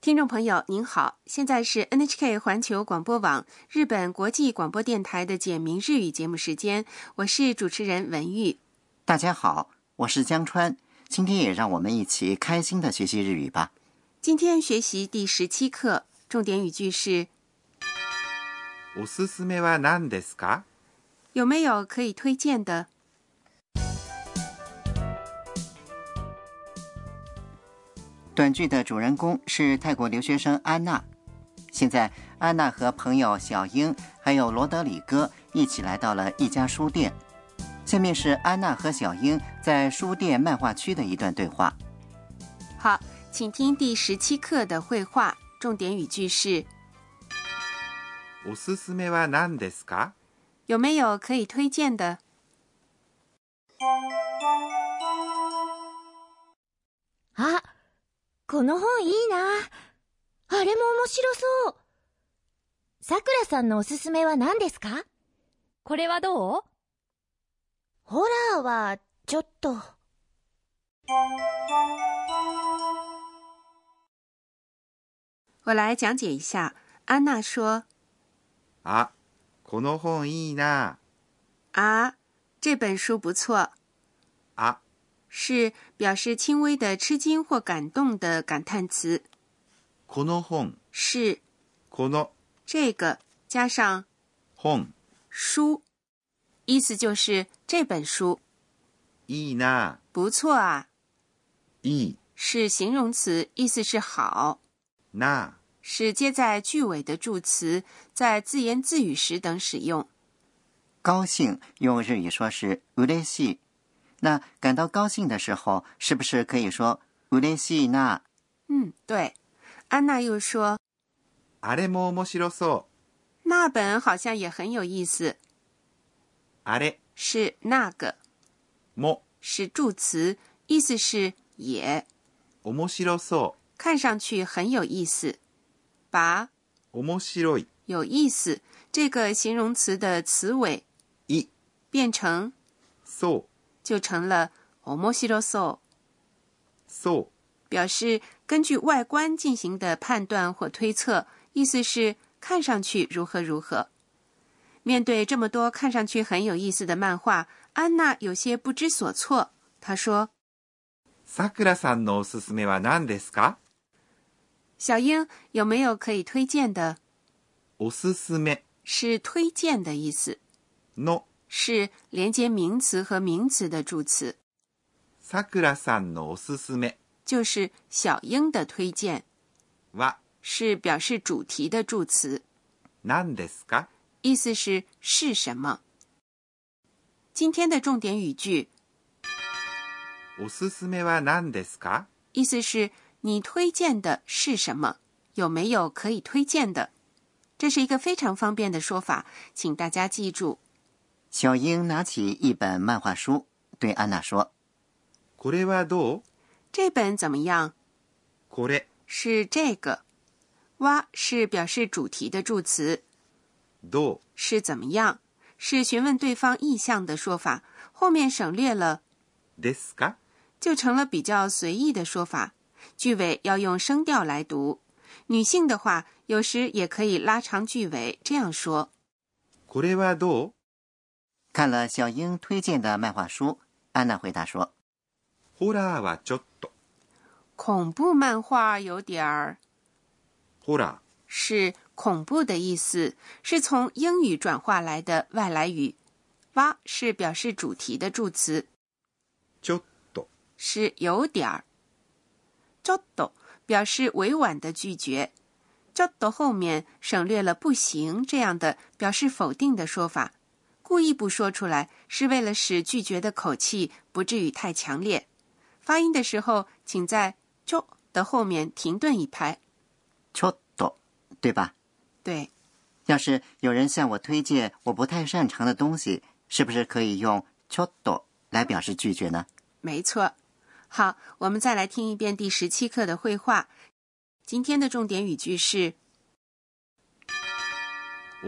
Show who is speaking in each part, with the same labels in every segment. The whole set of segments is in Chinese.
Speaker 1: 听众朋友您好，现在是 NHK 环球广播网日本国际广播电台的简明日语节目时间，我是主持人文玉。
Speaker 2: 大家好，我是江川，今天也让我们一起开心的学习日语吧。
Speaker 1: 今天学习第十七课，重点语句是
Speaker 3: おすすめは何ですか？
Speaker 1: 有没有可以推荐的？
Speaker 2: 短剧的主人公是泰国留学生安娜。现在，安娜和朋友小英还有罗德里戈一起来到了一家书店。下面是安娜和小英在书店漫画区的一段对话。
Speaker 1: 好，请听第十七课的绘画，重点语句是
Speaker 3: おすすめは何ですか？
Speaker 1: 有没有可以推荐的？
Speaker 4: あ、この本いいな。あれも面白そう。さくらさんのおすすめは何ですか
Speaker 5: これはどう
Speaker 4: ホラーは、ちょっと。
Speaker 1: 我来讲解一下。安娜说
Speaker 3: あ、この本いいな。：“
Speaker 1: 啊，这本书不错。”
Speaker 3: あ、
Speaker 1: 是表示轻微的吃惊或感动的感叹词。
Speaker 3: この本、
Speaker 1: 是
Speaker 3: この
Speaker 1: 这个加上
Speaker 3: 本
Speaker 1: 书，意思就是这本书
Speaker 3: いいな。
Speaker 1: 不错啊，
Speaker 3: いい
Speaker 1: 是形容词，意思是好，
Speaker 3: な。
Speaker 1: 是接在句尾的助词，在自言自语时等使用。
Speaker 2: 高兴用日语说是うれしい。那感到高兴的时候，是不是可以说うれしいな？
Speaker 1: 嗯，对。安娜又说，
Speaker 3: あれも面白そう。
Speaker 1: 那本好像也很有意思，
Speaker 3: あれ
Speaker 1: 是那个，
Speaker 3: も
Speaker 1: 是助词，意思是也，
Speaker 3: 面白そ
Speaker 1: 看上去很有意思。把
Speaker 3: う。面白い。
Speaker 1: 有意思这个形容词的词尾
Speaker 3: い、
Speaker 1: 变成
Speaker 3: そう、
Speaker 1: 就成了 omoshiroso，
Speaker 3: そ
Speaker 1: 表示根据外观进行的判断或推测，意思是看上去如何如何。面对这么多看上去很有意思的漫画，安娜有些不知所措。她说
Speaker 3: う。さくらさんのおすすめは何ですか？：“
Speaker 1: 小英有没有可以推荐的？
Speaker 3: おすすめ
Speaker 1: 是推荐的意思，
Speaker 3: の
Speaker 1: 是连接名词和名词的助词，
Speaker 3: さくらさんのおすすめ
Speaker 1: 就是小英的推荐，
Speaker 3: は
Speaker 1: 是表示主题的助词。”
Speaker 3: 何ですか？
Speaker 1: 意思是是什么。今天的重点语句
Speaker 3: おすすめは何ですか？
Speaker 1: 意思是你推荐的是什么？有没有可以推荐的？这是一个非常方便的说法，请大家记住。
Speaker 2: 小英拿起一本漫画书，对安娜说
Speaker 3: これはどう？
Speaker 1: 这本怎么样？
Speaker 3: これ
Speaker 1: 是这个。哇是表示主题的助词，
Speaker 3: どう？
Speaker 1: 是怎么样？是询问对方意向的说法，后面省略了。
Speaker 3: ですか
Speaker 1: 就成了比较随意的说法。句尾要用声调来读。女性的话，有时也可以拉长句尾，这样说
Speaker 3: これはどう？：“
Speaker 2: 看了小英推荐的漫画书。”安娜回答说
Speaker 3: ホラーはちょっと。
Speaker 1: 恐怖漫画有点儿
Speaker 3: ホラ
Speaker 1: 是恐怖的意思，是从英语转化来的外来语。哇是表示主题的助词，
Speaker 3: ー、ちょっと。
Speaker 1: 是有点儿。ちょっと表示委婉的拒绝，ちょっと后面省略了不行这样的表示否定的说法，故意不说出来是为了使拒绝的口气不至于太强烈。发音的时候，请在ちょ的后面停顿一拍。：“
Speaker 2: ちょっと，对吧？
Speaker 1: 对，
Speaker 2: 要是有人向我推荐我不太擅长的东西，是不是可以用ちょっと来表示拒绝呢？”
Speaker 1: 没错。好，我们再来听一遍第十七课的绘画。今天的重点语句是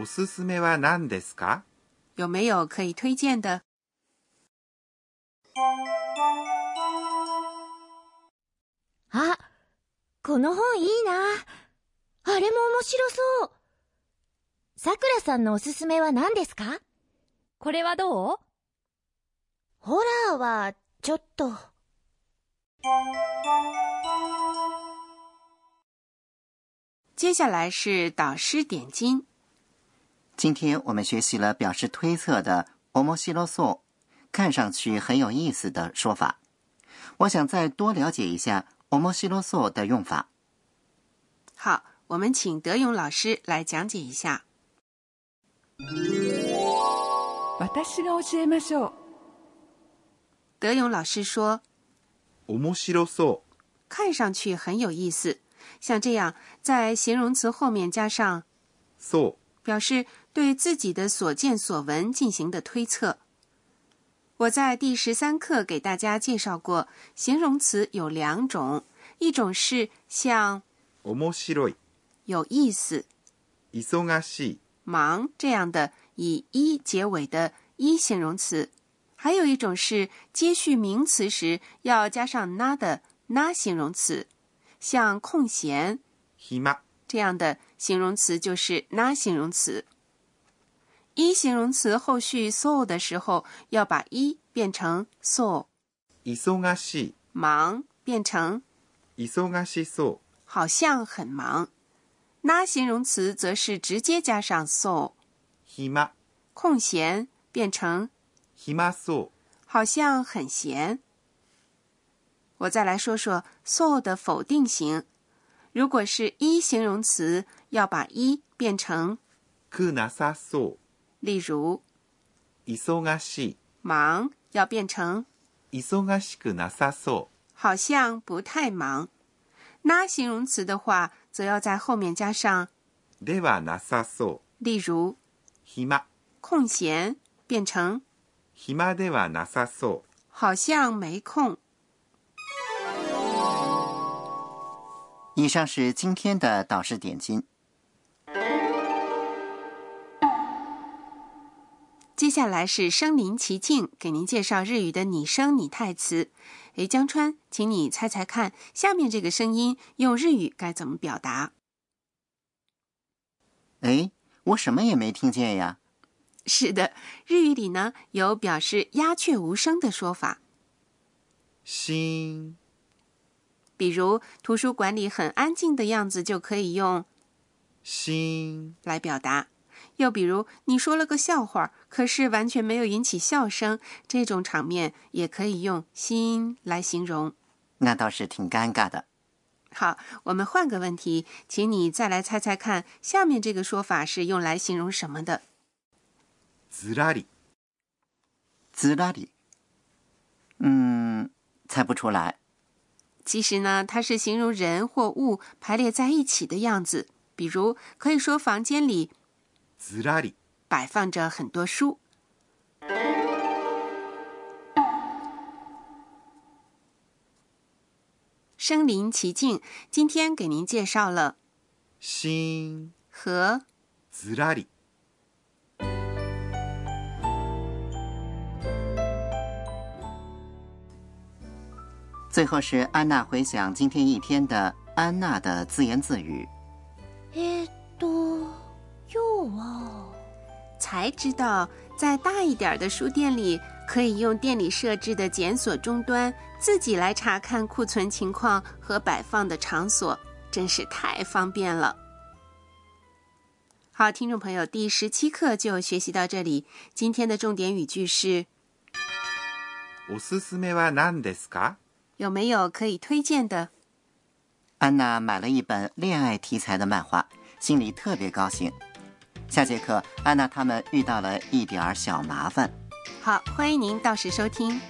Speaker 3: おすすめは何ですか
Speaker 1: 有没有可以推荐的？
Speaker 4: あ、この本いいな。あれも面白そう。さくらさんのおすすめは何ですか
Speaker 5: これはどう
Speaker 4: ホラーは、ちょっと。
Speaker 1: 接下来是导师点睛。
Speaker 2: 今天我们学习了表示推测的“おもしろそう”，看上去很有意思的说法。我想再多了解一下“おもしろそう”的用法。
Speaker 1: 好，我们请德勇老师来讲解一下。
Speaker 6: 私が教えましょう
Speaker 1: 德勇老师说
Speaker 3: 面白そ：“
Speaker 1: 看上去很有意思。”像这样，在形容词后面加上
Speaker 3: うそ
Speaker 1: 表示对自己的所见所闻进行的推测。我在第十三课给大家介绍过，形容词有两种，一种是像
Speaker 3: う面白い
Speaker 1: 有意思、
Speaker 3: 忙しい
Speaker 1: 忙这样的以一结尾的一形容词，还有一种是接续名词时要加上な的な形容词，像空闲、
Speaker 3: 暇
Speaker 1: 这样的形容词就是な形容词。一形容词后续 so 的时候，要把一变成 so，
Speaker 3: 忙し
Speaker 1: 忙变成
Speaker 3: い忙しそ
Speaker 1: 好像很忙。na 形容词则是直接加上 so，
Speaker 3: う暇
Speaker 1: 空闲变成
Speaker 3: 暇そ
Speaker 1: 好像很闲。我再来说说 so 的否定型，如果是一形容词，要把一变成，
Speaker 3: うくなさそ
Speaker 1: 例如
Speaker 3: う忙し
Speaker 1: 忙要变成
Speaker 3: い忙しくなさそ
Speaker 1: 好像不太忙。那形容词的话，则要在后面加上，
Speaker 3: うではなさそう
Speaker 1: 例如
Speaker 3: 暇
Speaker 1: 空闲变成
Speaker 3: 暇ではなさそ
Speaker 1: 好像没空。
Speaker 2: 以上是今天的导师点睛。
Speaker 1: 接下来是身临其境，给您介绍日语的拟声拟态词。诶，江川，请你猜猜看，下面这个声音用日语该怎么表达？
Speaker 2: 哎，我什么也没听见呀。
Speaker 1: 是的，日语里呢有表示鸦雀无声的说法，
Speaker 3: うしーん
Speaker 1: 比如图书馆里很安静的样子就可以用
Speaker 3: しーん
Speaker 1: 来表达。又比如，你说了个笑话，可是完全没有引起笑声，这种场面也可以用“心”来形容。
Speaker 2: 那倒是挺尴尬的。
Speaker 1: 好，我们换个问题，请你再来猜猜看，下面这个说法是用来形容什么的？
Speaker 3: ずらり
Speaker 2: 滋啦里，嗯，猜不出来。
Speaker 1: 其实呢，它是形容人或物排列在一起的样子。比如，可以说房间里
Speaker 3: ずらり
Speaker 1: 摆放着很多书。身临其境，今天给您介绍了
Speaker 3: しーん
Speaker 1: 和
Speaker 3: ずらり
Speaker 2: 最后是安娜回想今天一天的安娜的自言自语。
Speaker 4: えーっと、今日は、
Speaker 1: 才知道，在大一点的书店里，可以用店里设置的检索终端自己来查看库存情况和摆放的场所，真是太方便了。好，听众朋友，第十七课就学习到这里。今天的重点语句是：
Speaker 3: おすすめは何ですか
Speaker 1: 有没有可以推荐的？
Speaker 2: 安娜买了一本恋爱题材的漫画，心里特别高兴。下节课，安娜他们遇到了一点儿小麻烦。
Speaker 1: 好，欢迎您到时收听。